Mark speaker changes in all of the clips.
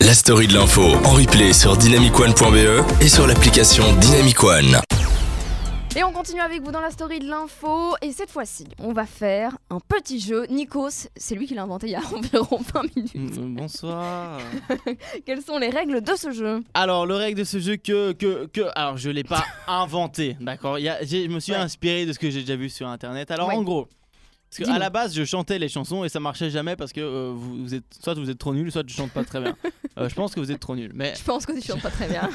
Speaker 1: la story de l'info en replay sur dynamicone.be E et sur l'application Dynamicone.
Speaker 2: Et on continue avec vous dans la story de l'info. Et cette fois-ci, on va faire un petit jeu. Nikos, c'est lui qui l'a inventé il y a environ 20 minutes.
Speaker 3: Mm, Bonsoir.
Speaker 2: Quelles sont les règles de ce jeu
Speaker 3: Alors, le règle de ce jeu que. que, que alors, je ne l'ai pas inventé, d'accord Il y a- j'ai- Je me suis
Speaker 2: Ouais.
Speaker 3: inspiré de ce que j'ai déjà vu sur Internet. Alors,
Speaker 2: Ouais.
Speaker 3: en gros. Parce
Speaker 2: Dis-nous.
Speaker 3: qu'à la base, je chantais les chansons et ça marchait jamais parce que euh, vous, vous êtes, soit vous êtes trop nul, soit je chante pas très bien. Euh, je pense que vous êtes trop nul. Mais
Speaker 2: Je pense que tu chantes pas très bien.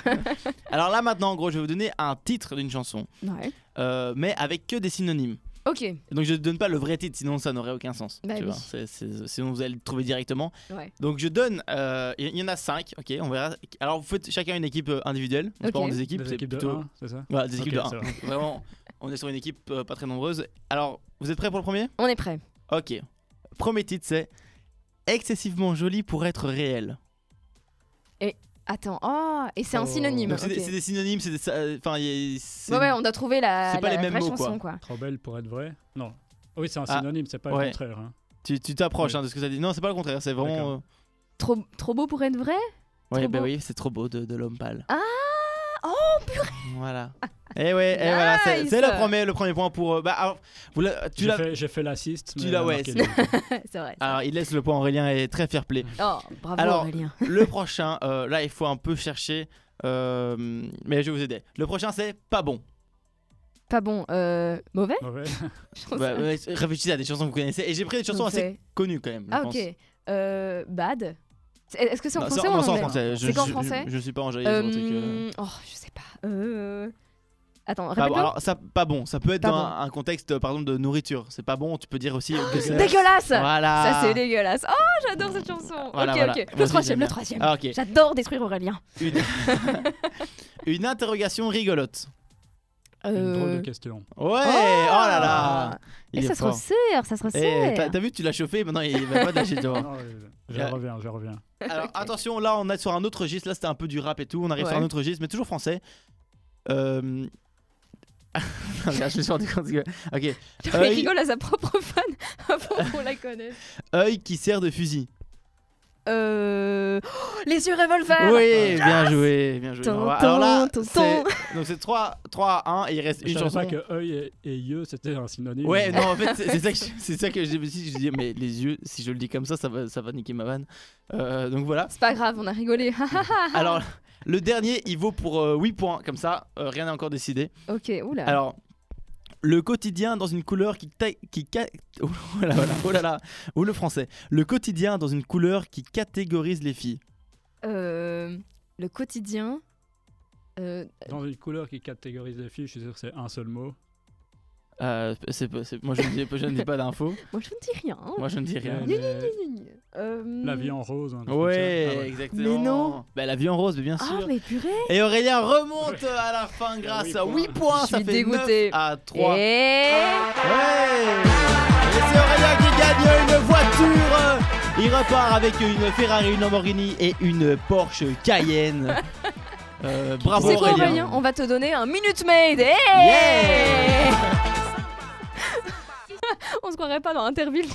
Speaker 3: alors là maintenant, en gros, je vais vous donner un titre d'une chanson,
Speaker 2: ouais.
Speaker 3: euh, mais avec que des synonymes.
Speaker 2: Ok.
Speaker 3: Donc je ne donne pas le vrai titre, sinon ça n'aurait aucun sens.
Speaker 2: Bah
Speaker 3: tu
Speaker 2: oui.
Speaker 3: vois. C'est- c'est- sinon vous allez le trouver directement.
Speaker 2: Ouais.
Speaker 3: Donc je donne, euh, il y en a 5, ok, on verra. Alors vous faites chacun une équipe euh, individuelle, on se
Speaker 2: Ok.
Speaker 3: part en des équipes,
Speaker 4: Des
Speaker 3: c'est
Speaker 4: équipes de
Speaker 3: plutôt-
Speaker 4: un, c'est ça
Speaker 3: Voilà, des équipes de
Speaker 4: Ok,
Speaker 3: un.
Speaker 4: ça va.
Speaker 3: Vraiment, on est sur une équipe euh, pas très nombreuse. Alors, vous êtes prêts pour le premier
Speaker 2: On est prêt.
Speaker 3: Ok. Premier titre, c'est Excessivement joli pour être réel.
Speaker 2: Attends. Oh, et c'est un
Speaker 4: Oh.
Speaker 2: synonyme.
Speaker 3: Donc c'est des,
Speaker 2: ok.
Speaker 3: c'est des synonymes, c'est des. ça- euh, Enfin, il y a- c'est-
Speaker 2: Ouais, ouais, on doit trouver la,
Speaker 3: c'est pas
Speaker 2: la
Speaker 3: les mêmes
Speaker 2: vraie
Speaker 3: mots,
Speaker 2: chanson, quoi.
Speaker 4: Trop belle pour être vrai Non. Oui, c'est un
Speaker 3: Ah,
Speaker 4: synonyme, c'est pas
Speaker 3: ouais.
Speaker 4: le contraire. hein.
Speaker 3: Tu tu t'approches
Speaker 4: Oui.
Speaker 3: hein, de ce que ça dit. Non, c'est pas le contraire, c'est vraiment.
Speaker 4: D'accord.
Speaker 3: euh,
Speaker 2: Trop, trop beau pour être vrai
Speaker 3: Ouais,
Speaker 2: Trop
Speaker 3: bah
Speaker 2: beau.
Speaker 3: oui, c'est trop beau de, de l'homme pâle.
Speaker 2: Ah Oh,
Speaker 3: purée Voilà. Et ouais, eh voilà, c'est
Speaker 2: Nice
Speaker 3: c'est le premier, le premier point pour. euh, Bah, alors, vous l'avez- tu
Speaker 4: J'ai
Speaker 3: l'as-
Speaker 4: fait, j'ai fait l'assist.
Speaker 3: tu l'as,
Speaker 4: mais elle a
Speaker 3: ouais,
Speaker 4: marqué
Speaker 3: c'est-
Speaker 4: le but.
Speaker 2: C'est vrai. c'est
Speaker 3: Alors, il laisse le point Aurélien et très fair play.
Speaker 2: vrai. Oh, bravo
Speaker 3: Ah. Alors-
Speaker 2: Aurélien.
Speaker 3: Le prochain, euh, là, il faut un peu chercher. euh, mais je vais vous aider. Le prochain, c'est pas bon.
Speaker 2: Pas bon. Euh, mauvais
Speaker 4: Mauvais.
Speaker 2: J'en
Speaker 3: Bah,
Speaker 2: sais
Speaker 3: ouais, réfléchissez à des chansons que vous connaissez. Et j'ai pris des chansons
Speaker 2: Donc,
Speaker 3: assez
Speaker 2: c'est-
Speaker 3: connues quand même. je
Speaker 2: Ah,
Speaker 3: pense.
Speaker 2: ok. Euh, bad C'est- Est-ce que c'est en
Speaker 3: Non,
Speaker 2: français
Speaker 3: non,
Speaker 2: ou en
Speaker 3: c'est en
Speaker 2: anglais
Speaker 3: français. Je,
Speaker 2: C'est qu'en
Speaker 3: je- je-
Speaker 2: français
Speaker 3: je, suis pas en jaillit sur le truc, euh.
Speaker 2: Euh, Oh, je sais pas. Euh... Attends,
Speaker 3: Pas bon.
Speaker 2: répète-le.
Speaker 3: Bah, Alors, ça, pas bon. Ça peut être
Speaker 2: Pas
Speaker 3: dans un- un contexte, euh, par exemple, de nourriture. C'est pas bon. Tu peux dire aussi que c'est.
Speaker 2: Dégueulasse
Speaker 3: euh, Voilà.
Speaker 2: Ça, c'est dégueulasse. Oh, j'adore cette chanson.
Speaker 3: Voilà,
Speaker 2: ok,
Speaker 3: voilà.
Speaker 2: ok.
Speaker 3: Moi
Speaker 2: Le
Speaker 3: aussi, j'aime
Speaker 2: troisième, le
Speaker 3: bien.
Speaker 2: troisième.
Speaker 3: Ah, ok.
Speaker 2: J'adore détruire Aurélien.
Speaker 3: Une... Une interrogation rigolote.
Speaker 4: Une drôle
Speaker 2: Euh,
Speaker 4: de question.
Speaker 3: Ouais, oh, là là.
Speaker 2: ah.
Speaker 3: Il
Speaker 2: Et
Speaker 3: est
Speaker 2: ça se
Speaker 3: fort.
Speaker 2: resserre, ça se
Speaker 3: Eh, t'as
Speaker 2: resserre.
Speaker 3: t'as vu, tu l'as chauffé, maintenant il va pas lâcher devant.
Speaker 4: Non, euh, je
Speaker 3: Euh,
Speaker 4: reviens, je reviens.
Speaker 3: Alors attention, là on est sur un autre registre, là c'était un peu du rap et tout, on arrive sur
Speaker 2: Ouais.
Speaker 3: un autre registre, mais toujours français. Euh... Regarde, je me suis rendu compte que. Ok.
Speaker 2: Elle
Speaker 3: Œil-
Speaker 2: rigole à sa propre fan avant qu'on la connaisse.
Speaker 3: Œil qui sert de fusil.
Speaker 2: Euh... oh, les yeux revolver
Speaker 3: oui, bien joué, bien joué.
Speaker 2: Tonton,
Speaker 3: Alors là,
Speaker 2: tonton.
Speaker 3: c'est- donc c'est 3, 3 1 et il reste
Speaker 4: Je
Speaker 3: une
Speaker 4: savais
Speaker 3: chanson.
Speaker 4: pas que œil et, et yeux, c'était un synonyme.
Speaker 3: Ouais, non, en fait, c'est c'est ça que je, c'est ça que je dis aussi. Je dis, mais les yeux, si je le dis comme ça, ça va, ça va niquer ma vanne. Euh, donc voilà.
Speaker 2: C'est pas grave, on a rigolé.
Speaker 3: Alors, le dernier, il vaut pour 8 points, comme ça, euh, rien n'est encore décidé.
Speaker 2: ok, oula.
Speaker 3: Alors, le quotidien dans une couleur qui. ta- qui ca- Oh là là, oh là là, ou le français. Le quotidien dans une couleur qui catégorise les filles.
Speaker 2: Euh, le quotidien. Euh,
Speaker 4: Dans une couleur qui catégorise les filles, je suis sûr que c'est un seul mot.
Speaker 3: Euh, c'est, c'est- moi, je ne dis, je ne dis pas d'infos,
Speaker 2: moi, je ne dis rien. hein.
Speaker 3: moi, je ne dis rien.
Speaker 4: Mais
Speaker 2: Euh,
Speaker 4: La vie en rose. un truc comme
Speaker 3: Ouais,
Speaker 4: ça. Ah ouais.
Speaker 3: exactement.
Speaker 2: Mais non.
Speaker 3: Bah, la vie en rose, mais bien sûr.
Speaker 2: Ah, mais purée
Speaker 3: Et Aurélien remonte à la fin grâce à 8 points.
Speaker 2: Je
Speaker 3: ça
Speaker 2: suis
Speaker 3: fait
Speaker 2: dégoûtée.
Speaker 3: 9 à 3. Ouais
Speaker 2: Et-
Speaker 3: Et c'est Aurélien qui gagne une voiture. Il repart avec une Ferrari, une Lamborghini et une Porsche Cayenne. Euh, bravo
Speaker 2: C'est quoi,
Speaker 3: Aurélien.
Speaker 2: Aurélien On va te donner un Minute Eh Maid Hey
Speaker 3: Yeah
Speaker 2: On se croirait pas dans Interville.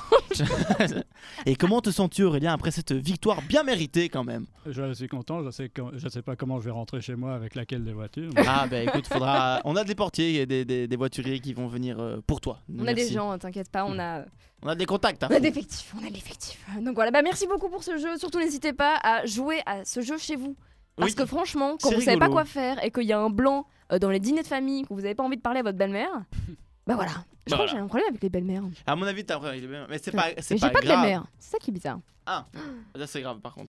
Speaker 3: Et comment te sens-tu Aurélien après cette victoire bien méritée quand même
Speaker 4: Je suis content, je sais, com- je sais pas comment je vais rentrer chez moi avec laquelle des voitures.
Speaker 3: Ah bah écoute, faudra... on a des portiers et des, des- des voituriers qui vont venir euh, pour toi.
Speaker 2: On a des
Speaker 3: Merci. Mm.
Speaker 2: gens, hein, t'inquiète pas, on a...
Speaker 3: On a des contacts. hein.
Speaker 2: On a de l'effectif, on a de l'effectif. Donc voilà, bah merci beaucoup pour ce jeu. Surtout n'hésitez pas à jouer à ce jeu chez vous. Parce
Speaker 3: Oui.
Speaker 2: que franchement, quand
Speaker 3: C'est
Speaker 2: vous savez pas
Speaker 3: rigolo.
Speaker 2: quoi faire et qu'il y a un blanc euh, dans les dîners de famille, que vous avez pas envie de parler à votre belle-mère, bah voilà. Je
Speaker 3: Bah
Speaker 2: crois
Speaker 3: voilà.
Speaker 2: que j'ai un problème avec les belles-mères.
Speaker 3: À mon avis, t'as un problème avec les belles-mères, mais c'est pas,
Speaker 2: Mais
Speaker 3: c'est
Speaker 2: j'ai pas de
Speaker 3: grave.
Speaker 2: belle-mère, c'est ça qui est bizarre.
Speaker 3: Là, c'est grave par contre.